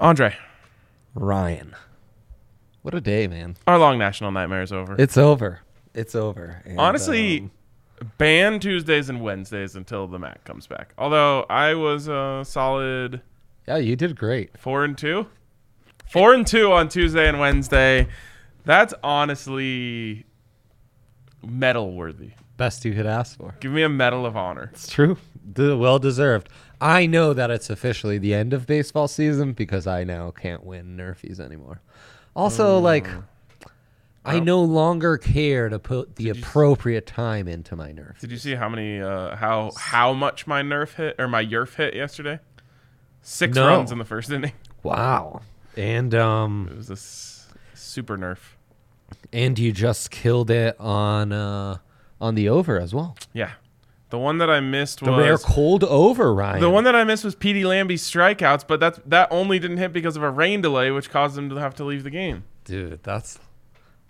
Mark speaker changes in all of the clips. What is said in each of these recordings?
Speaker 1: Andre,
Speaker 2: Ryan. What a day, man.
Speaker 1: our long national nightmare is over.
Speaker 2: It's over. It's over. And,
Speaker 1: Honestly,
Speaker 2: um,
Speaker 1: ban Tuesdays and Wednesdays until the Mac comes back. Although I was a solid
Speaker 2: uh, yeah, you did great.
Speaker 1: four and two, four and two on Tuesday and Wednesday. That's honestly medal worthy.
Speaker 2: Best you could ask for.
Speaker 1: Give me a medal of honor.
Speaker 2: It's true. De- well deserved. I know that it's officially the end of baseball season because I now can't win Nerfies anymore. Also, like, I no longer care to put the appropriate time into my Nerf.
Speaker 1: Did you see how many uh, how how much my nerf hit or my yerf hit yesterday? Six
Speaker 2: No.
Speaker 1: runs in the first inning.
Speaker 2: Wow. And
Speaker 1: It
Speaker 2: um,
Speaker 1: was a s- super nerf.
Speaker 2: and you just killed it on uh on the over as well.
Speaker 1: Yeah, the one that I missed
Speaker 2: The
Speaker 1: was
Speaker 2: rare cold over, Ryan.
Speaker 1: The one that I missed was Petey Lambie's strikeouts, but that's that only didn't hit because of a rain delay, which caused him to have to leave the game.
Speaker 2: dude. That's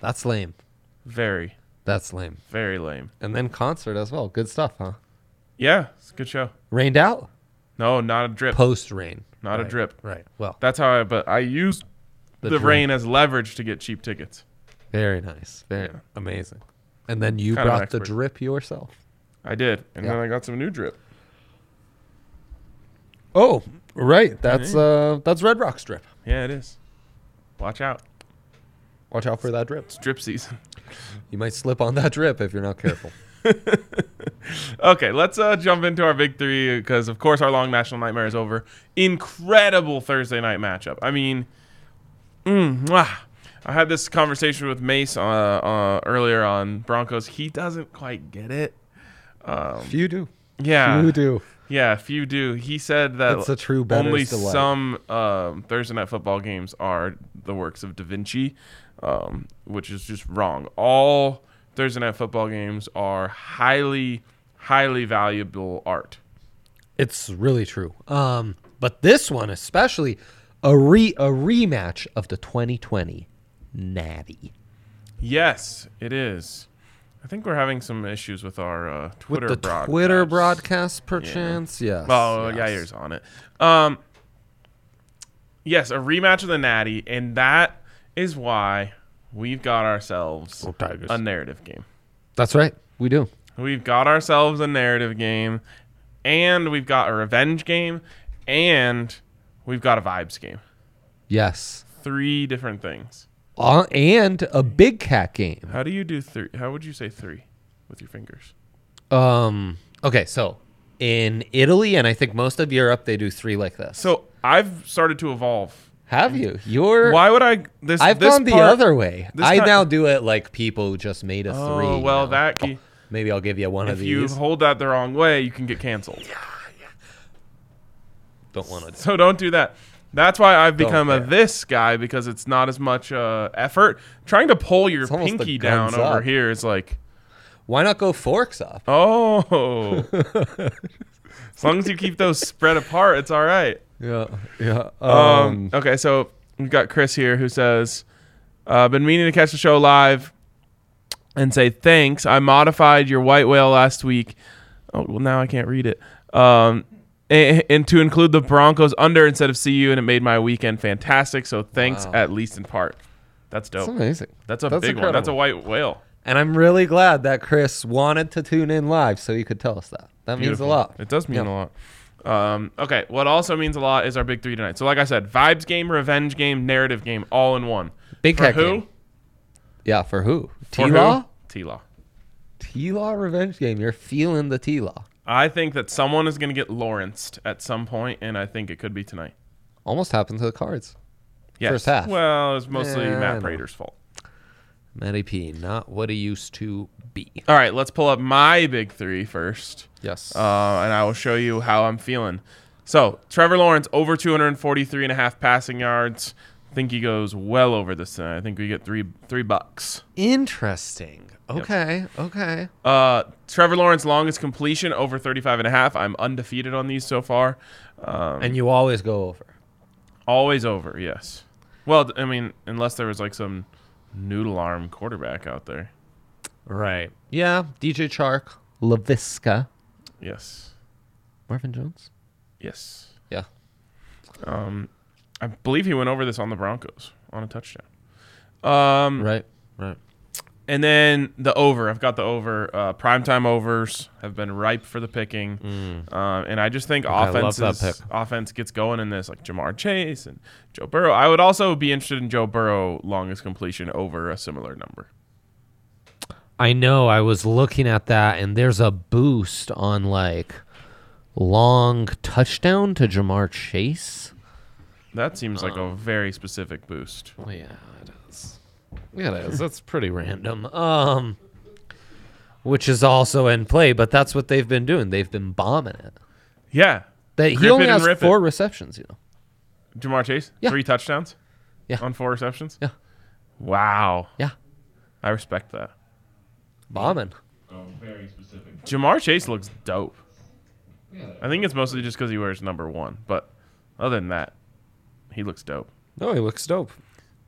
Speaker 2: that's lame.
Speaker 1: Very,
Speaker 2: That's lame.
Speaker 1: very lame.
Speaker 2: And then concert as well. Good stuff, huh?
Speaker 1: Yeah, it's a good show.
Speaker 2: Rained out.
Speaker 1: No, not a drip.
Speaker 2: Post rain.
Speaker 1: Not a drip.
Speaker 2: Right. Well,
Speaker 1: That's how I. But I used the,
Speaker 2: drip.
Speaker 1: rain as leverage to get cheap tickets.
Speaker 2: Very nice. Very amazing. And then you
Speaker 1: Kind of an
Speaker 2: brought the
Speaker 1: expert.
Speaker 2: drip yourself.
Speaker 1: I did, and then
Speaker 2: Yeah.
Speaker 1: I got some new drip.
Speaker 2: Oh, right. That's uh that's Red Rock's drip.
Speaker 1: Yeah, it is. Watch out,
Speaker 2: Watch out for that drip.
Speaker 1: it's drip season.
Speaker 2: You might slip on that drip if you're not careful.
Speaker 1: Okay, let's uh, jump into our big three because, of course, our long national nightmare is over. Incredible Thursday night matchup. I mean, mm, mwah. I had this conversation with Mace uh, uh, earlier on Broncos. He doesn't quite get it.
Speaker 2: Few do.
Speaker 1: Um, Yeah,
Speaker 2: Few do.
Speaker 1: Yeah, few do. He said that
Speaker 2: That's a true better's
Speaker 1: only
Speaker 2: delight.
Speaker 1: some um, Thursday night football games are the works of Da Vinci, um, which is just wrong. All Thursday night football games are highly, highly valuable art.
Speaker 2: It's really true. Um, but this one especially a re a rematch of the 2020 Natty.
Speaker 1: Yes, it is. I think we're having some issues with our uh,
Speaker 2: With
Speaker 1: Twitter
Speaker 2: the
Speaker 1: broadcast.
Speaker 2: Twitter broadcast perchance. Yes.
Speaker 1: Oh,
Speaker 2: yes.
Speaker 1: yeah, Yair's on it. Um, yes, a rematch of the Natty, and that is why we've got ourselves
Speaker 2: Tigers.
Speaker 1: a narrative game.
Speaker 2: That's right. We do.
Speaker 1: We've got ourselves a narrative game, and we've got a revenge game, and we've got a vibes game.
Speaker 2: Yes.
Speaker 1: Three different things.
Speaker 2: Uh, and a big cat game.
Speaker 1: How do you do three? How would you say three with your fingers?
Speaker 2: Um. Okay, so in Italy and I think most of Europe, they do three like this.
Speaker 1: So I've started to evolve.
Speaker 2: have you? You're.
Speaker 1: Why would I? This
Speaker 2: I've
Speaker 1: this
Speaker 2: gone the
Speaker 1: part-
Speaker 2: other way.
Speaker 1: this
Speaker 2: I
Speaker 1: kind-
Speaker 2: now do it like people who just made a three.
Speaker 1: Oh well,
Speaker 2: now.
Speaker 1: that key.
Speaker 2: Maybe I'll give you one of
Speaker 1: If you
Speaker 2: these.
Speaker 1: hold that the wrong way, you can get canceled.
Speaker 2: Don't want to.
Speaker 1: So don't do that. That's why I've become a
Speaker 2: care.
Speaker 1: this guy because it's not as much uh, effort. Trying to pull your
Speaker 2: It's almost the
Speaker 1: pinky down
Speaker 2: guns
Speaker 1: over
Speaker 2: up.
Speaker 1: here is like,
Speaker 2: Why not go forks up?
Speaker 1: oh. as long as you keep those spread apart, it's all right.
Speaker 2: Yeah, yeah.
Speaker 1: Um, okay, so we've got Chris here who says, uh, "Been meaning to catch the show live and say thanks. I modified your white whale last week. Oh well, now I can't read it. Um, and, and to include the Broncos under instead of CU, and it made my weekend fantastic. So thanks
Speaker 2: Wow.
Speaker 1: at least in part. That's dope.
Speaker 2: That's
Speaker 1: That's,
Speaker 2: amazing.
Speaker 1: a
Speaker 2: That's
Speaker 1: big one. That's a
Speaker 2: incredible.
Speaker 1: white whale.
Speaker 2: And I'm really glad that Chris wanted to tune in live so he could tell us that. That means a
Speaker 1: Beautiful.
Speaker 2: lot.
Speaker 1: It does mean
Speaker 2: Yeah.
Speaker 1: a lot. Um, okay, what also means a lot is our big three tonight. So like I said, vibes game, revenge game, narrative game, all in one.
Speaker 2: Big
Speaker 1: For
Speaker 2: tech
Speaker 1: who?
Speaker 2: game. Yeah, for who?
Speaker 1: For
Speaker 2: T Law?
Speaker 1: T Law.
Speaker 2: T Law revenge game. You're feeling the T Law.
Speaker 1: I think that someone is going to get Lawrenced at some point, and I think it could be tonight.
Speaker 2: Almost happened to the cards.
Speaker 1: Yes.
Speaker 2: First half.
Speaker 1: Well, it's mostly
Speaker 2: Yeah, I
Speaker 1: Matt
Speaker 2: know.
Speaker 1: Prater's fault.
Speaker 2: Matty P, not what he used to be.
Speaker 1: All right, let's pull up my big three first,
Speaker 2: Yes.
Speaker 1: uh, and I will show you how I'm feeling. So, Trevor Lawrence over 243 and a half passing yards. I think he goes well over this tonight. I think we get three three bucks.
Speaker 2: Interesting. Okay, okay.
Speaker 1: Uh, Trevor Lawrence longest completion over 35 and a half. I'm undefeated on these so far. Um,
Speaker 2: And you always go over.
Speaker 1: Always over, yes. Well, I mean, unless there was like some noodle arm quarterback out there.
Speaker 2: Right. Yeah, DJ Chark, LaVisca,
Speaker 1: Yes.
Speaker 2: Marvin Jones.
Speaker 1: Yes.
Speaker 2: Yeah.
Speaker 1: Um, I believe he went over this on the Broncos on a touchdown. Um,
Speaker 2: Right, right.
Speaker 1: And then the over. I've got the over. Uh, primetime overs have been ripe for the picking. Um, and I just think
Speaker 2: Mm. I love
Speaker 1: offense
Speaker 2: that pick.
Speaker 1: offense gets going in this, like Jamar Chase and Joe Burrow. I would also be interested in Joe Burrow longest completion over a similar number.
Speaker 2: I know. I was looking at that, and there's a boost on like long touchdown to Jamar Chase.
Speaker 1: That seems like
Speaker 2: Oh.
Speaker 1: a very specific boost.
Speaker 2: Well, Oh, yeah, it is. Yeah, it is. That's pretty random. Um, which is also in play, but that's what they've been doing. They've been bombing it.
Speaker 1: Yeah.
Speaker 2: That he
Speaker 1: Grip
Speaker 2: only
Speaker 1: it and
Speaker 2: has
Speaker 1: rip it.
Speaker 2: four receptions. You know.
Speaker 1: Jamar Chase,
Speaker 2: Yeah.
Speaker 1: three touchdowns.
Speaker 2: Yeah.
Speaker 1: On four receptions.
Speaker 2: Yeah.
Speaker 1: Wow.
Speaker 2: Yeah,
Speaker 1: I respect that.
Speaker 2: bombing.
Speaker 1: Jamar Chase looks dope. I think it's mostly just because he wears number one, but other than that, he looks dope.
Speaker 2: No, he looks dope.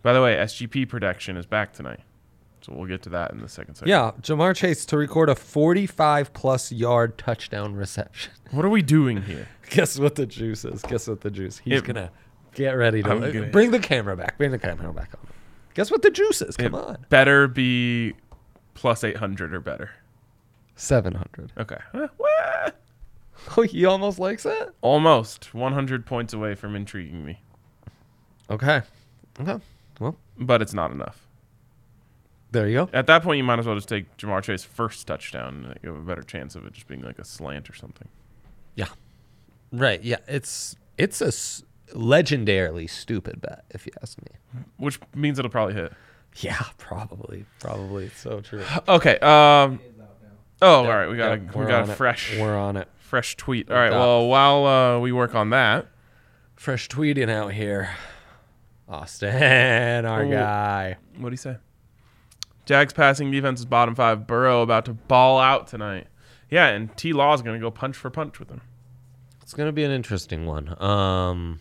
Speaker 1: By the way, SGP production is back tonight, so we'll get to that in the second section.
Speaker 2: Yeah, Jamar Chase to record a 45 plus yard touchdown reception.
Speaker 1: What are we doing here?
Speaker 2: Guess what the juice is? Guess what the juice? He's
Speaker 1: It-
Speaker 2: gonna get ready to
Speaker 1: I'm gonna-
Speaker 2: bring the camera back. Bring the camera back on. Guess what the juice is?
Speaker 1: It
Speaker 2: Come on,
Speaker 1: Better be plus eight hundred or better.
Speaker 2: seven hundred.
Speaker 1: Okay. Eh, wah!
Speaker 2: Oh, he almost likes it.
Speaker 1: Almost 100 points away from intriguing me,
Speaker 2: Okay. Okay. Well,
Speaker 1: but it's not enough.
Speaker 2: there you go.
Speaker 1: At that point, you might as well just take Jamar Chase first touchdown. and You have a better chance of it just being like a slant or something.
Speaker 2: Yeah. Right. Yeah. It's it's a s- legendarily stupid bet, if you ask me.
Speaker 1: Which means it'll probably hit.
Speaker 2: Yeah, probably. Probably. It's so true.
Speaker 1: Okay. Um. Oh, all right. Uh, We got
Speaker 2: Yeah,
Speaker 1: a we
Speaker 2: we're
Speaker 1: got
Speaker 2: on
Speaker 1: a
Speaker 2: it.
Speaker 1: fresh
Speaker 2: We're on it.
Speaker 1: fresh tweet. All right.
Speaker 2: got-
Speaker 1: Well, while uh, we work on that,
Speaker 2: Fresh tweeting out here. Austin, our
Speaker 1: Oh.
Speaker 2: guy.
Speaker 1: what do you say? Jags passing defense is bottom five. Burrow about to ball out tonight. Yeah, and T Law's gonna go punch for punch with him.
Speaker 2: It's gonna be an interesting one. Um,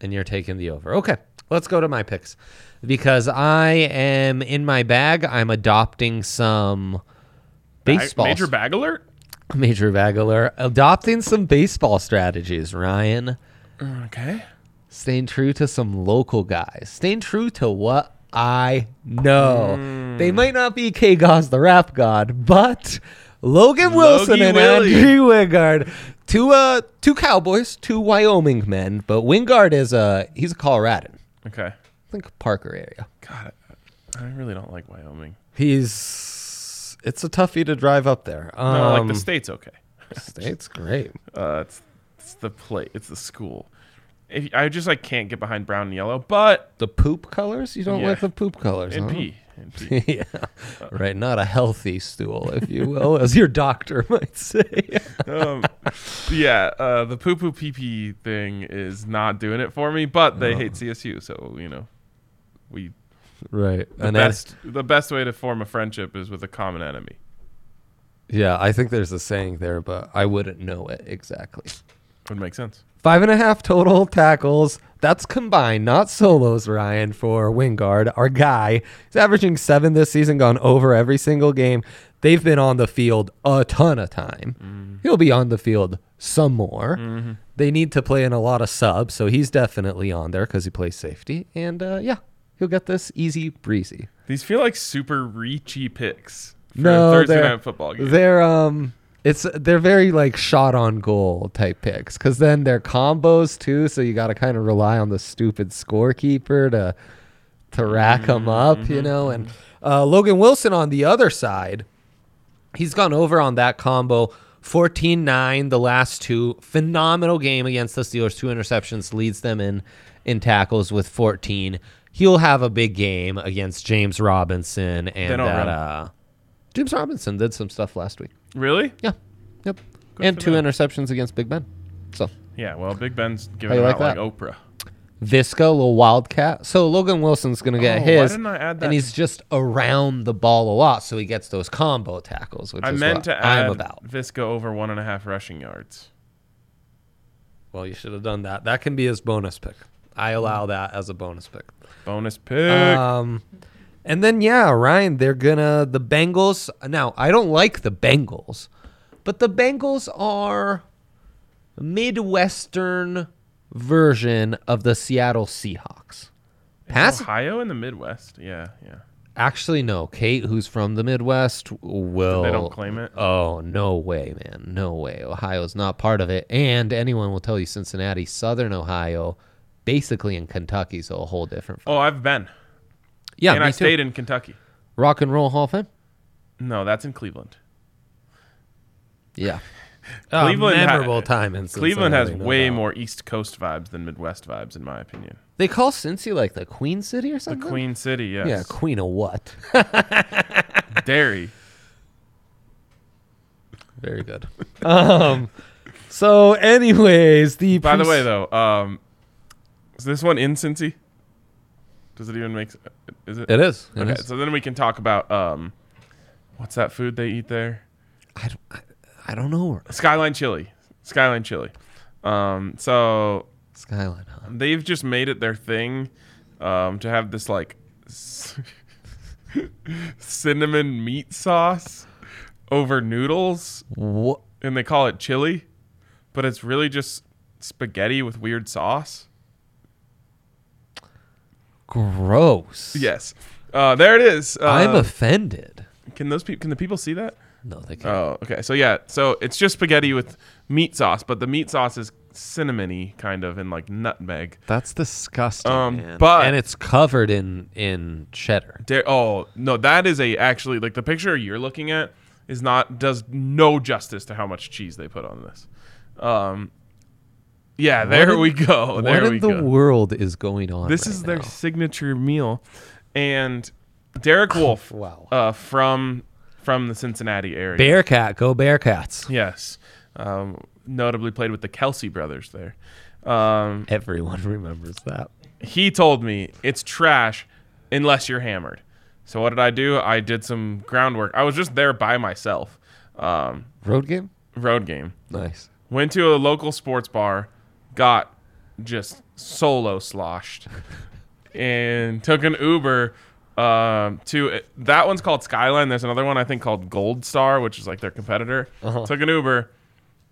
Speaker 2: and you're taking the over. Okay, let's go to my picks because I am in my bag. I'm adopting some
Speaker 1: Bag-
Speaker 2: baseball,
Speaker 1: major bag alert.
Speaker 2: major bag alert. Adopting some baseball strategies, Ryan.
Speaker 1: Okay.
Speaker 2: Staying true to some local guys. Staying true to what I know.
Speaker 1: Hmm.
Speaker 2: They might not be K. Goss, the rap god, but Logan Wilson
Speaker 1: Logie
Speaker 2: and
Speaker 1: Willie.
Speaker 2: Andrew Three Wingard, two uh, two Cowboys, two Wyoming men, but Wingard is a he's a Coloradan.
Speaker 1: Okay.
Speaker 2: I think Parker area.
Speaker 1: God, I really don't like Wyoming.
Speaker 2: He's it's a toughie to drive up there. Um,
Speaker 1: No, like the state's okay.
Speaker 2: state's great.
Speaker 1: Uh, it's, it's the play. It's the school. If, I just like can't get behind brown and yellow, but
Speaker 2: The poop colors you don't
Speaker 1: Yeah.
Speaker 2: like the poop colors.
Speaker 1: and
Speaker 2: huh?
Speaker 1: pee. empty.
Speaker 2: yeah. Right. Not a healthy stool, if you will, as your doctor might say.
Speaker 1: um, yeah, uh, the poo poo pee pee thing is not doing it for me, but they
Speaker 2: Oh.
Speaker 1: hate CSU, so you know, we
Speaker 2: right.
Speaker 1: the
Speaker 2: An-
Speaker 1: best the best way to form a friendship is with a common enemy.
Speaker 2: yeah, I think there's a saying there, but I wouldn't know it exactly.
Speaker 1: Would make sense.
Speaker 2: Five and a half total tackles. That's combined, not solos, Ryan, for Wingard. Our guy He's averaging seven this season, gone over every single game. They've been on the field a ton of time. He'll be on the field some more. They need to play in a lot of subs, so he's definitely on there because he plays safety. And uh, yeah, he'll get this easy breezy.
Speaker 1: These feel like super reachy picks for
Speaker 2: No,
Speaker 1: a Thursday
Speaker 2: they're-
Speaker 1: night football game.
Speaker 2: They're um it's they're very like shot on goal type picks cuz then they're combos too so you got to kind of rely on the stupid scorekeeper to to rack them up,
Speaker 1: Mm-hmm.
Speaker 2: you know, and uh, Logan Wilson on the other side he's gone over on that combo 14-9 the last two phenomenal game against the steelers two interceptions leads them in in tackles with 14 he'll have a big game against james robinson
Speaker 1: They
Speaker 2: and
Speaker 1: don't
Speaker 2: that
Speaker 1: run.
Speaker 2: uh james robinson did some stuff last week
Speaker 1: really?
Speaker 2: yeah yep
Speaker 1: Good
Speaker 2: and
Speaker 1: for
Speaker 2: two
Speaker 1: them.
Speaker 2: interceptions against big ben so
Speaker 1: Yeah. Well, Big Ben's
Speaker 2: How
Speaker 1: giving
Speaker 2: you
Speaker 1: them
Speaker 2: like
Speaker 1: out
Speaker 2: that?
Speaker 1: like Oprah.
Speaker 2: Visca, little wildcat. So Logan Wilson's gonna get
Speaker 1: Oh, why
Speaker 2: his,
Speaker 1: didn't I add that?
Speaker 2: and he's just around the ball a lot, so he gets those combo tackles, which
Speaker 1: I
Speaker 2: is
Speaker 1: meant
Speaker 2: what
Speaker 1: to add
Speaker 2: I'm about.
Speaker 1: Visca over one and a half rushing yards.
Speaker 2: Well, you should have done that. That can be his bonus pick. I allow that as a bonus pick.
Speaker 1: Bonus pick.
Speaker 2: Um, and then yeah, Ryan, they're gonna the Bengals. Now I don't like the Bengals, but the Bengals are midwestern version of the Seattle Seahawks. Pass
Speaker 1: Ohio in the Midwest. Yeah. Yeah.
Speaker 2: Actually, no. Kate, who's from the Midwest, will.
Speaker 1: They don't claim it.
Speaker 2: Oh, no way, man. No way. Ohio's not part of it. And anyone will tell you Cincinnati, Southern Ohio, basically in Kentucky, so a whole different.
Speaker 1: Oh, I've been.
Speaker 2: yeah,
Speaker 1: and
Speaker 2: me
Speaker 1: I
Speaker 2: too.
Speaker 1: stayed in Kentucky.
Speaker 2: Rock and Roll Hall of Fame?
Speaker 1: No, that's in Cleveland.
Speaker 2: Yeah.
Speaker 1: Cleveland
Speaker 2: a
Speaker 1: ha-
Speaker 2: memorable time in
Speaker 1: Cleveland has
Speaker 2: Cincinnati, no
Speaker 1: way
Speaker 2: doubt.
Speaker 1: more East Coast vibes than Midwest vibes, in my opinion.
Speaker 2: They call Cincy like the Queen City or
Speaker 1: The
Speaker 2: something?
Speaker 1: Queen City, yes.
Speaker 2: Yeah, Queen of what?
Speaker 1: Dairy.
Speaker 2: Very good. um, so, anyways, the.
Speaker 1: By the
Speaker 2: pres-
Speaker 1: way, though, um, is this one in Cincy? Does it even make? s- uh, Is it?
Speaker 2: It is. It
Speaker 1: okay,
Speaker 2: is.
Speaker 1: so then we can talk about um, what's that food they eat there?
Speaker 2: I, don't, I, I don't know.
Speaker 1: Skyline chili. Skyline chili. Um, so
Speaker 2: Skyline, huh?
Speaker 1: they've just made it their thing um, to have this like c- cinnamon meat sauce over noodles
Speaker 2: What?
Speaker 1: and they call it chili but it's really just spaghetti with weird sauce
Speaker 2: Gross.
Speaker 1: yes uh, there it is uh,
Speaker 2: I'm offended.
Speaker 1: can those people can the people see that
Speaker 2: No, they can't.
Speaker 1: oh okay so yeah so it's just spaghetti with meat sauce but the meat sauce is cinnamony kind of and like nutmeg
Speaker 2: That's disgusting.
Speaker 1: Um, man. but-
Speaker 2: and it's covered in in cheddar.
Speaker 1: Dare, oh no, that is a actually like the picture you're looking at is not does no justice to how much cheese they put on this. Um, yeah, there
Speaker 2: in-
Speaker 1: we go. There
Speaker 2: what
Speaker 1: we
Speaker 2: in the
Speaker 1: go.
Speaker 2: world is going on?
Speaker 1: this
Speaker 2: right
Speaker 1: is their
Speaker 2: now?
Speaker 1: signature meal, and Derek Wolf,
Speaker 2: Oh, Wow.
Speaker 1: uh, from from the Cincinnati area.
Speaker 2: Bearcat. Go Bearcats.
Speaker 1: Yes, um, notably played with the Kelsey brothers there. Um,
Speaker 2: Everyone remembers that.
Speaker 1: he told me it's trash unless you're hammered. So what did I do? I did some groundwork. I was just there by myself. Um,
Speaker 2: Road game.
Speaker 1: road game.
Speaker 2: Nice.
Speaker 1: Went to a local sports bar, got just solo sloshed, and took an Uber um, to that one's called Skyline. There's another one I think called Gold Star, which is like their competitor. Took an Uber,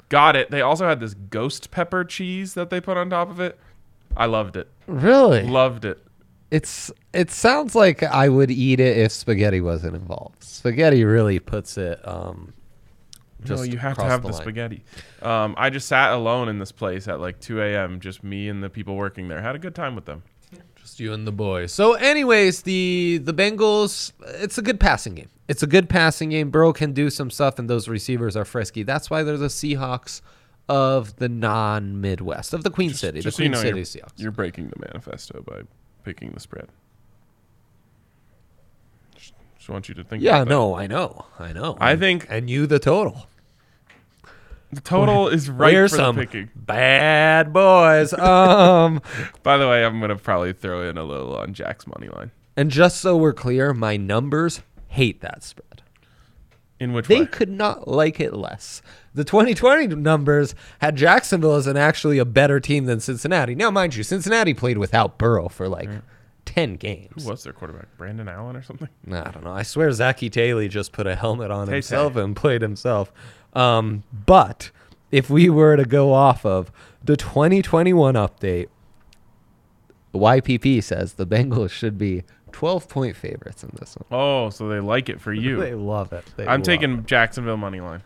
Speaker 1: got it. They also had this ghost pepper cheese that they put on top of it. I loved it.
Speaker 2: Really?
Speaker 1: Loved it.
Speaker 2: It's it sounds like I would eat it if spaghetti wasn't involved. Spaghetti really puts it. Um, just
Speaker 1: no, you have to
Speaker 2: across
Speaker 1: have
Speaker 2: the
Speaker 1: the,
Speaker 2: line.
Speaker 1: spaghetti. Um, I just sat alone in this place at like 2 a.m. Just me and the people working there. Had a good time with them.
Speaker 2: Just you and the boys. So, anyways, the the Bengals. It's a good passing game. It's a good passing game. Burrow can do some stuff, and those receivers are frisky. That's why they're the Seahawks of the non Midwest of the Queen City,
Speaker 1: just
Speaker 2: the
Speaker 1: so you
Speaker 2: Queen
Speaker 1: know,
Speaker 2: City
Speaker 1: you're,
Speaker 2: Seahawks.
Speaker 1: you're breaking the manifesto by picking the spread. Just just want you to think.
Speaker 2: Yeah,
Speaker 1: about that.
Speaker 2: no, I know, I know.
Speaker 1: I think-
Speaker 2: and you the total.
Speaker 1: The total is right
Speaker 2: We're
Speaker 1: for
Speaker 2: some
Speaker 1: the picking.
Speaker 2: bad boys. Um,
Speaker 1: By the way, I'm gonna probably throw in a little on Jack's money line.
Speaker 2: and just so we're clear, my numbers hate that spread.
Speaker 1: In which
Speaker 2: They
Speaker 1: way?
Speaker 2: could not like it less. The 2020 numbers had Jacksonville as an actually a better team than Cincinnati. Now, mind you, Cincinnati played without Burrow for like 10 games.
Speaker 1: Who was their quarterback? Brandon Allen or something?
Speaker 2: Nah, I don't know. I swear Zachy Taylor just put a helmet on
Speaker 1: Tay-Tay.
Speaker 2: himself and played himself. Um, but if we were to go off of the 2021 update, YPP says the Bengals should be 12 point favorites in this one.
Speaker 1: Oh, so they like it for
Speaker 2: They
Speaker 1: you.
Speaker 2: love it. They
Speaker 1: I'm
Speaker 2: love
Speaker 1: taking Jacksonville money line.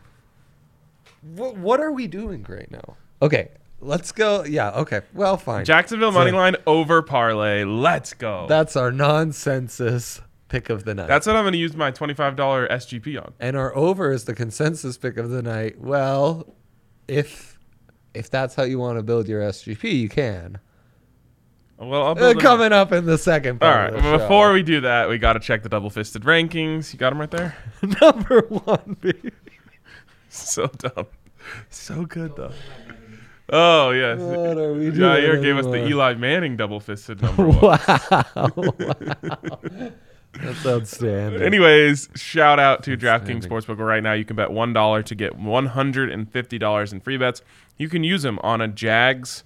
Speaker 2: What, what are we doing right now? Okay, let's go. Yeah, okay. Well, fine.
Speaker 1: Jacksonville money
Speaker 2: So-
Speaker 1: line over parlay. Let's go.
Speaker 2: That's our nonsensus pick of the night.
Speaker 1: That's what I'm going to use my $25 SGP on.
Speaker 2: and our over is the consensus pick of the night. Well, if if that's how you want to build your SGP, you can.
Speaker 1: Well, I'll
Speaker 2: Uh,
Speaker 1: build it.
Speaker 2: coming up in the second
Speaker 1: All
Speaker 2: part.
Speaker 1: right.
Speaker 2: of the show.
Speaker 1: Before we do that, we got to check the double fisted rankings. You got them right there?
Speaker 2: number one, baby.
Speaker 1: so dumb. So good, though. Oh, yes.
Speaker 2: What are we
Speaker 1: Jair
Speaker 2: doing
Speaker 1: gave us the
Speaker 2: anymore?
Speaker 1: Eli Manning double fisted number one.
Speaker 2: wow, Wow. that's outstanding.
Speaker 1: Anyways, shout out to DraftKings
Speaker 2: Outstanding.
Speaker 1: Sportsbook. where Right now, you can bet one dollar to get one hundred and fifty dollars in free bets. You can use them on a Jags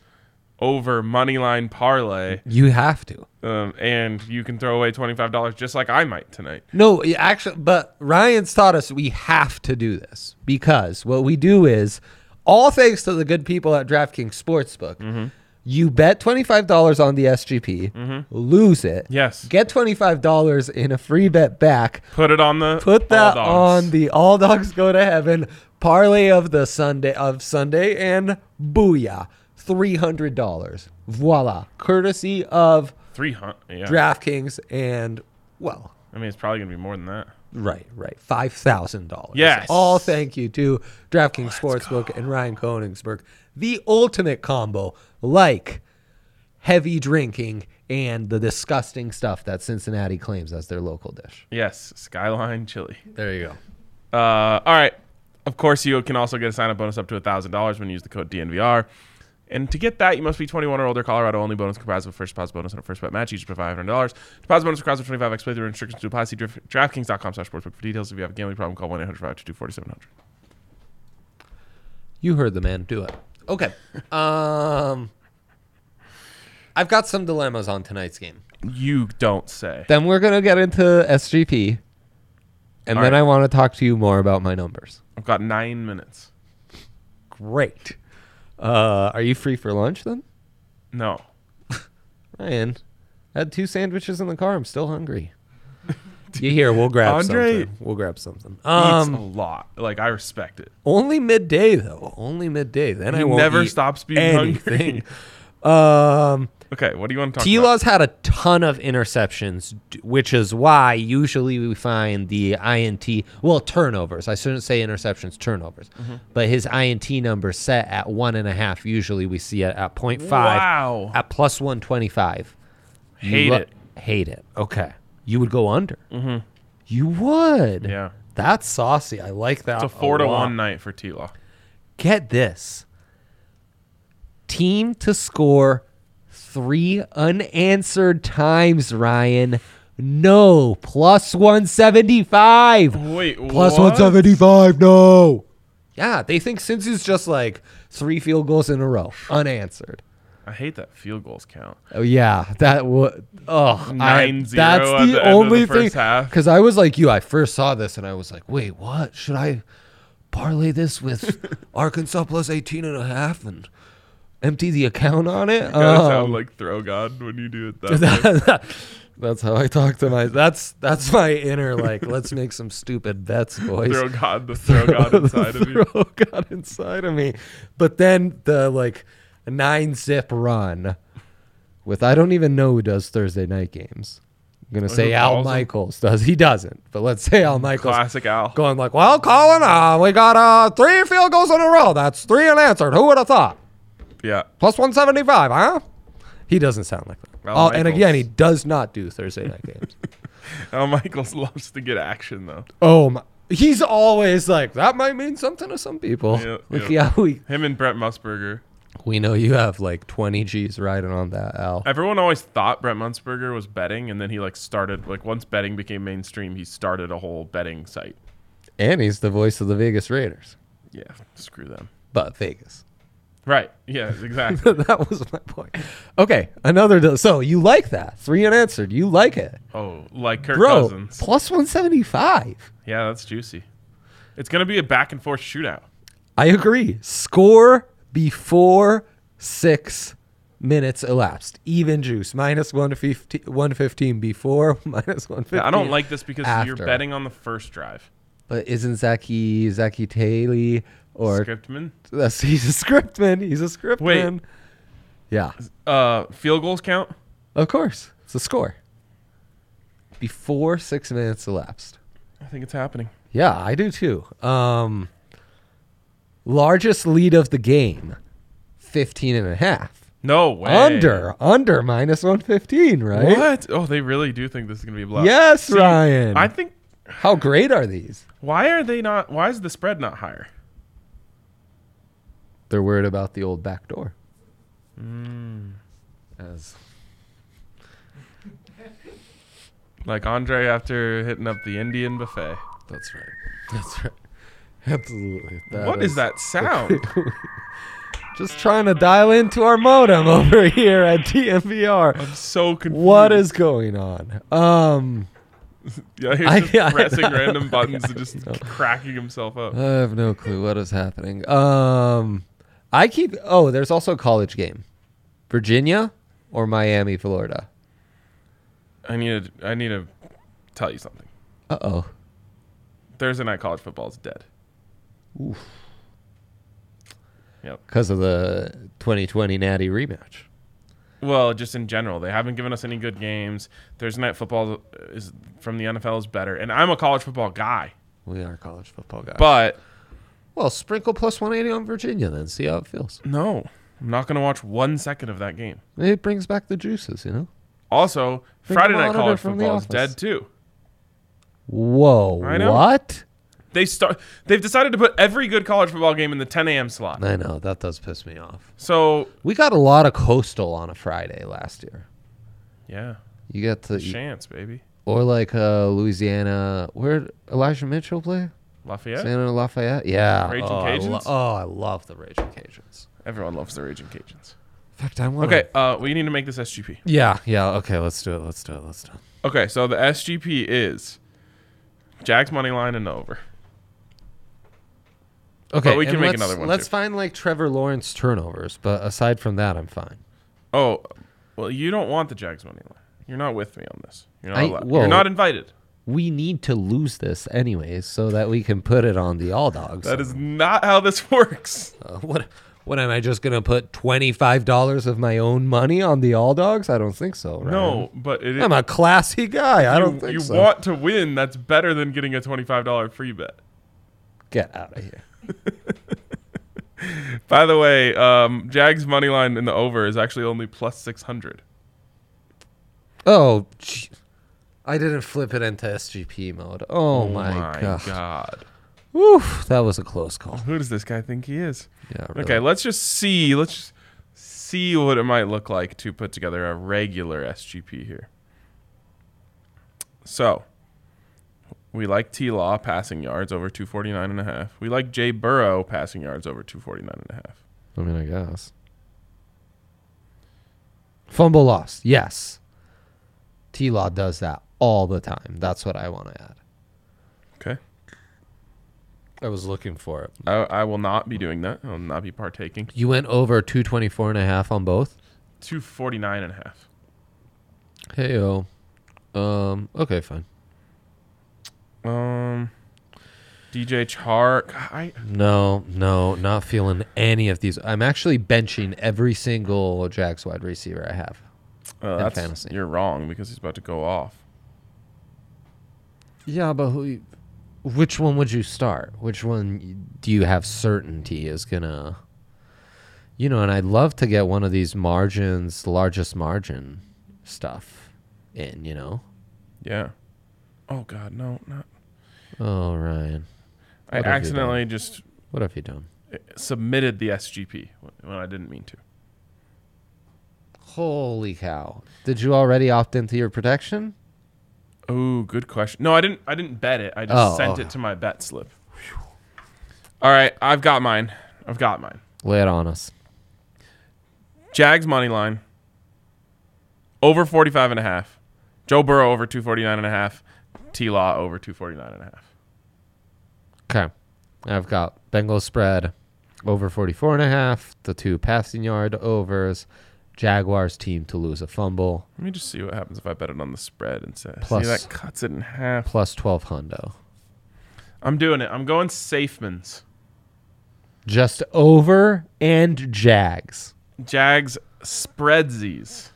Speaker 1: over money line parlay,
Speaker 2: you have to.
Speaker 1: um, and you can throw away twenty five dollars just like I might tonight.
Speaker 2: No, y- actually, but Ryan's taught us we have to do this because what we do is, all thanks to the good people at DraftKings Sportsbook, you bet $25 on the SGP, lose it,
Speaker 1: Yes.
Speaker 2: get $25 in a free bet back,
Speaker 1: Put it on the
Speaker 2: put that
Speaker 1: Bulldogs.
Speaker 2: on the All Dogs Go to Heaven parlay of the Sunday of Sunday and booyah, $300. Voila, courtesy of
Speaker 1: three hundred. Yeah,
Speaker 2: DraftKings and well,
Speaker 1: I mean it's probably gonna be more than that.
Speaker 2: Right, right. Five thousand dollars.
Speaker 1: Yes.
Speaker 2: All thank you to DraftKings Sportsbook and Ryan Koningsberg. The ultimate combo, like heavy drinking and the disgusting stuff that Cincinnati claims as their local dish.
Speaker 1: Yes, Skyline Chili.
Speaker 2: There you go.
Speaker 1: Uh, all right. Of course, you can also get a sign up bonus up to $1,000 when you use the code DNVR. And to get that, you must be 21 or older, Colorado only bonus comprised of a first deposit bonus and a first bet match, each for $500. Deposit bonus requires a 25x playthrough and restrictions to apply. See draf- DraftKings.com slash sportsbook for details. If you have a gambling problem, call 1 800 522 4700.
Speaker 2: You heard the man. Do it. Okay. Um I've got some dilemmas on tonight's game.
Speaker 1: You don't say.
Speaker 2: Then we're gonna get into SGP. And
Speaker 1: All
Speaker 2: then
Speaker 1: right.
Speaker 2: I want to talk to you more about my numbers.
Speaker 1: I've got nine minutes.
Speaker 2: Great. Uh, are you free for lunch then?
Speaker 1: No.
Speaker 2: Ryan, I had two sandwiches in the car. I'm still hungry. you hear? We'll grab
Speaker 1: Andre-
Speaker 2: something. We'll grab something.
Speaker 1: Eats a
Speaker 2: Um,
Speaker 1: lot. Like, I respect it.
Speaker 2: only midday though. Only midday. Then
Speaker 1: He
Speaker 2: I won't
Speaker 1: never
Speaker 2: eat
Speaker 1: stops being
Speaker 2: anything. um,
Speaker 1: Okay, what do you want to talk
Speaker 2: T.
Speaker 1: about?
Speaker 2: Law's had a ton of interceptions, d- which is why usually we find the INT well turnovers. I shouldn't say interceptions, turnovers,
Speaker 1: Mm-hmm.
Speaker 2: but his INT number set at one and a half. Usually we see it at point five.
Speaker 1: Wow.
Speaker 2: at plus one twenty five.
Speaker 1: Hate it.
Speaker 2: Hate it. Okay. You would go under. Mm-hmm. You would.
Speaker 1: Yeah.
Speaker 2: That's saucy. I like
Speaker 1: It's
Speaker 2: that.
Speaker 1: a four to
Speaker 2: Uh, lot.
Speaker 1: one night for T Law.
Speaker 2: Get this. Team to score three unanswered times, Ryan. No. Plus 175.
Speaker 1: Wait,
Speaker 2: Plus
Speaker 1: what?
Speaker 2: 175. No. Yeah. They think since it's just like three field goals in a row, unanswered.
Speaker 1: I hate that field goals count.
Speaker 2: Oh yeah, that would. Oh, I,
Speaker 1: 9-0
Speaker 2: that's
Speaker 1: at
Speaker 2: the,
Speaker 1: the end of
Speaker 2: only
Speaker 1: the first
Speaker 2: thing.
Speaker 1: half.
Speaker 2: Because I was like you, I first saw this and I was like, wait, what should I parlay this with Arkansas plus 18 and a half and empty the account on it?
Speaker 1: Gotta
Speaker 2: Um,
Speaker 1: sound like throw god when you do it that way.
Speaker 2: that's how I talk to my. That's that's my inner like. let's make some stupid bets, boys.
Speaker 1: throw god the throw god inside of you.
Speaker 2: Throw God inside of me. But then the like nine zip run with I don't even know who does Thursday night games. I'm gonna say
Speaker 1: Oh, who
Speaker 2: Al
Speaker 1: calls 'em?
Speaker 2: Michaels does. He doesn't, but let's say Al Michaels
Speaker 1: Classic Al.
Speaker 2: going like, "Well, Colin, uh, we got uh, three field goals in a row. That's three unanswered. Who would have thought?
Speaker 1: Yeah.
Speaker 2: Plus one seventy five, huh?" He doesn't sound like that.
Speaker 1: Al
Speaker 2: Uh, and
Speaker 1: Michaels.
Speaker 2: again, he does not do Thursday night games.
Speaker 1: Al Michaels loves to get action though.
Speaker 2: Oh my. He's always like that. Might mean something to some people.
Speaker 1: Yeah, yeah.
Speaker 2: like, yeah, we
Speaker 1: Him and Brett Musburger.
Speaker 2: we know you have like 20 G's riding on that, Al.
Speaker 1: Everyone always thought Brett Musburger was betting, and then he like started like once betting became mainstream, he started a whole betting site.
Speaker 2: And he's the voice of the Vegas Raiders,
Speaker 1: Yeah, screw them.
Speaker 2: but Vegas.
Speaker 1: Right. Yeah. Exactly.
Speaker 2: that was my point. Okay, another. do- So you like that three unanswered? You like it,
Speaker 1: oh, like Kirk
Speaker 2: bro?
Speaker 1: Cousins.
Speaker 2: Plus 175.
Speaker 1: Yeah, that's juicy. It's gonna be a back and forth shootout.
Speaker 2: I agree. Score before six minutes elapsed. Even juice. Minus 115, 115 before, minus 115.
Speaker 1: I don't like this because you're
Speaker 2: after.
Speaker 1: betting on the first drive.
Speaker 2: But isn't Zaki, Zaki Taylor or.
Speaker 1: Scriptman.
Speaker 2: That's, he's a scriptman. He's a scriptman.
Speaker 1: Wait.
Speaker 2: Yeah.
Speaker 1: Uh, field goals count.
Speaker 2: Of course. It's a score. Before six minutes elapsed.
Speaker 1: I think it's happening.
Speaker 2: Yeah, I do too. Um, largest lead of the game 15 and a half.
Speaker 1: No way.
Speaker 2: Under, under minus 115, right?
Speaker 1: What? Oh, they really do think this is gonna be a blowout.
Speaker 2: Yes,
Speaker 1: See,
Speaker 2: Ryan.
Speaker 1: I think.
Speaker 2: How great are these?
Speaker 1: Why are they not? Why is the spread not higher?
Speaker 2: They're worried about the old back door.
Speaker 1: Hmm.
Speaker 2: As
Speaker 1: Like Andre after hitting up the Indian buffet.
Speaker 2: that's right. That's right. Absolutely.
Speaker 1: what is, that sound?
Speaker 2: Just trying to dial into our modem over here at DMVR.
Speaker 1: I'm so confused.
Speaker 2: What is going on? Um,
Speaker 1: Yeah, he's
Speaker 2: I-
Speaker 1: just
Speaker 2: I
Speaker 1: pressing
Speaker 2: know.
Speaker 1: random buttons
Speaker 2: I
Speaker 1: and just cracking himself up.
Speaker 2: I have no clue what is happening. Um, I keep. Oh, there's also a college game, Virginia or Miami, Florida.
Speaker 1: I need. To, I need to tell you something.
Speaker 2: Uh oh.
Speaker 1: Thursday night college football is dead. Yep.
Speaker 2: because of the 2020 Natty rematch.
Speaker 1: Well, just in general, they haven't given us any good games. Thursday night football is from the NFL is better, and I'm a college football guy,
Speaker 2: We are college football guys.
Speaker 1: but
Speaker 2: well, sprinkle plus 180 on Virginia, then see how it feels.
Speaker 1: no, I'm not going to watch one second of that game.
Speaker 2: Maybe it brings back the juices, you know.
Speaker 1: Also,
Speaker 2: Bring
Speaker 1: Friday
Speaker 2: the
Speaker 1: night
Speaker 2: monitor
Speaker 1: college
Speaker 2: from the
Speaker 1: football is
Speaker 2: office.
Speaker 1: dead too.
Speaker 2: Whoa!
Speaker 1: I know.
Speaker 2: What?
Speaker 1: They start. They've decided to put every good college football game in the 10 a.m. slot.
Speaker 2: I know that does piss me off.
Speaker 1: So
Speaker 2: We got a lot of coastal on a Friday last year.
Speaker 1: yeah,
Speaker 2: You got to
Speaker 1: chance, baby.
Speaker 2: or like uh, Louisiana, where Elijah Mitchell play?
Speaker 1: Lafayette.
Speaker 2: Santa Lafayette. Yeah.
Speaker 1: Raging
Speaker 2: oh, I lo-
Speaker 1: Cajuns?
Speaker 2: oh, I love the Raging Cajuns.
Speaker 1: Everyone loves the Raging Cajuns.
Speaker 2: In fact, I want.
Speaker 1: Okay, uh, we need to make this SGP.
Speaker 2: Yeah. Yeah. Okay. Let's do it. Let's do it. Let's do it.
Speaker 1: Okay, so the SGP is Jags money line and over.
Speaker 2: Okay,
Speaker 1: we
Speaker 2: and
Speaker 1: can make
Speaker 2: let's-
Speaker 1: another one,
Speaker 2: Let's
Speaker 1: too.
Speaker 2: find like Trevor Lawrence turnovers, but aside from that, I'm fine.
Speaker 1: Oh, well, you don't want the Jags money line. You're not with me on this. You're not.
Speaker 2: I-
Speaker 1: allowed.
Speaker 2: whoa.
Speaker 1: You're not invited.
Speaker 2: We need to lose this anyways, so that we can put it on the all dogs.
Speaker 1: That is not how this works.
Speaker 2: Uh, what. What am I just gonna put twenty five dollars of my own money on the all dogs? I don't think so. Ryan.
Speaker 1: No, but it is.
Speaker 2: I'm a classy guy. I don't
Speaker 1: you,
Speaker 2: think
Speaker 1: you
Speaker 2: so.
Speaker 1: want to win. That's better than getting a twenty-five dollar free bet.
Speaker 2: Get out of here.
Speaker 1: By the way, um, Jags money line in the over is actually only plus six hundred.
Speaker 2: Oh, gee. I didn't flip it into SGP mode. Oh, my, god.
Speaker 1: god.
Speaker 2: Oof, that was a close call.
Speaker 1: Who does this guy think he is?
Speaker 2: Yeah. really.
Speaker 1: Okay, let's just see. Let's just see what it might look like to put together a regular SGP here. So, we like T Law passing yards over 249 and a half. We like Jay Burrow passing yards over 249 and a half.
Speaker 2: I mean, I guess. Fumble loss. Yes. T Law does that all the time. That's what I want to add.
Speaker 1: Okay.
Speaker 2: I was looking for it.
Speaker 1: I, I will not be doing that. I will not be partaking.
Speaker 2: You went over 224 and a half on both?
Speaker 1: 249 and a half.
Speaker 2: Hey, yo. Um, okay, fine.
Speaker 1: Um, DJ Chark. I,
Speaker 2: No, no, not feeling any of these. I'm actually benching every single Jags wide receiver I have.
Speaker 1: uh, that's,
Speaker 2: fantasy.
Speaker 1: You're wrong because he's about to go off.
Speaker 2: Yeah, but who, which one would you start? Which one y- do you have certainty is gonna, you know? And I'd love to get one of these margins, largest margin stuff, in. You know,
Speaker 1: Yeah. Oh God, no, not.
Speaker 2: Oh, Ryan.
Speaker 1: I
Speaker 2: What have you
Speaker 1: accidentally just
Speaker 2: What have you done?
Speaker 1: submitted the SGP when I didn't mean to.
Speaker 2: Holy cow. Did you already opt into your protection?
Speaker 1: Oh, good question. No, I didn't. I didn't bet it. I just
Speaker 2: Oh,
Speaker 1: sent
Speaker 2: oh.
Speaker 1: it to my bet slip. All right, I've got mine. I've got mine.
Speaker 2: Lay it on us.
Speaker 1: Jags money line over 45 and a half. Joe Burrow over 249 and a half. T Law over 249 and a half.
Speaker 2: Okay. I've got Bengals spread over 44 and a half, the two passing yard overs, Jaguars team to lose a fumble,
Speaker 1: Let me just see what happens if I bet it on the spread and say
Speaker 2: Plus.
Speaker 1: see, that cuts it in half.
Speaker 2: plus 12 hundo.
Speaker 1: I'm doing it. I'm going Safeman's.
Speaker 2: Just over and Jags.
Speaker 1: Jags spreadsies.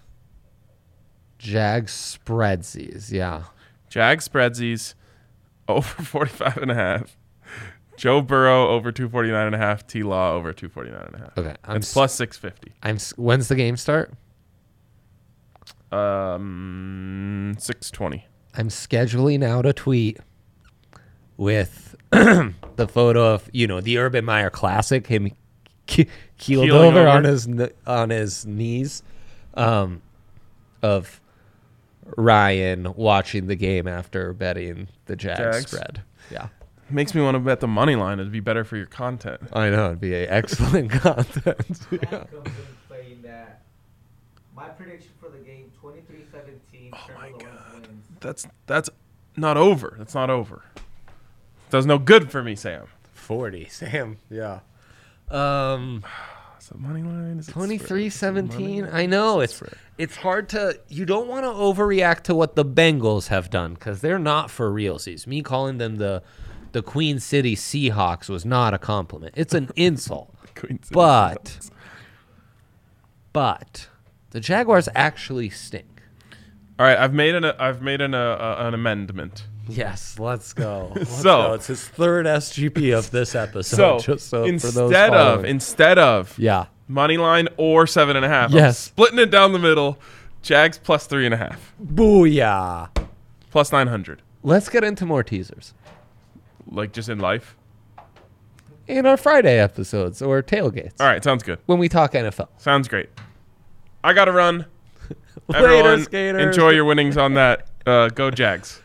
Speaker 2: Jags spreads these, yeah.
Speaker 1: Jag spreadsies over 45 and a half. Joe Burrow over 249 and a half. T Law over 249 and a half.
Speaker 2: Okay, I'm
Speaker 1: That's
Speaker 2: s-
Speaker 1: plus 650.
Speaker 2: I'm s- when's the game start?
Speaker 1: Um 620.
Speaker 2: I'm scheduling out a tweet with the photo of you know the Urban Meyer classic, him ke- keeled
Speaker 1: Keeling
Speaker 2: over,
Speaker 1: over.
Speaker 2: on his kn- on his knees, um, of Ryan watching the game after betting the Jags,
Speaker 1: Jags.
Speaker 2: spread. Yeah,
Speaker 1: Makes me want to bet the money line. It'd be better for your content.
Speaker 2: I know it'd be a excellent content.
Speaker 3: Mike comes in saying that my prediction for the game 23-17 oh my God. wins.
Speaker 1: That's that's not over. That's not over. Does no good for me, Sam.
Speaker 2: Forty, Sam. Yeah. Um.
Speaker 1: Is it money line? Is it spread?
Speaker 2: 23
Speaker 1: Is it money
Speaker 2: 17
Speaker 1: line?
Speaker 2: i know it's
Speaker 1: spread.
Speaker 2: it's hard to you don't want to overreact to what the bengals have done because they're not for realsies me calling them the the queen city seahawks was not a compliment it's an insult
Speaker 1: Queen City.
Speaker 2: but but the jaguars actually stink
Speaker 1: All right, I've made an I've made an uh, an amendment.
Speaker 2: yes let's go Let's
Speaker 1: So-
Speaker 2: go. it's his third sgp of this episode
Speaker 1: So,
Speaker 2: just so for
Speaker 1: instead
Speaker 2: those
Speaker 1: of
Speaker 2: following.
Speaker 1: instead of
Speaker 2: yeah
Speaker 1: money line or seven and a half. I'm
Speaker 2: Yes.
Speaker 1: splitting it down the middle. Jags plus three and a half,
Speaker 2: booyah
Speaker 1: plus nine hundred.
Speaker 2: let's get into more teasers
Speaker 1: Like just in life.
Speaker 2: in our Friday episodes or tailgates
Speaker 1: All right, sounds good.
Speaker 2: when we talk NFL.
Speaker 1: Sounds great. I gotta run.
Speaker 2: Later,
Speaker 1: Everyone,
Speaker 2: skaters.
Speaker 1: enjoy your winnings on that. Uh, go Jags.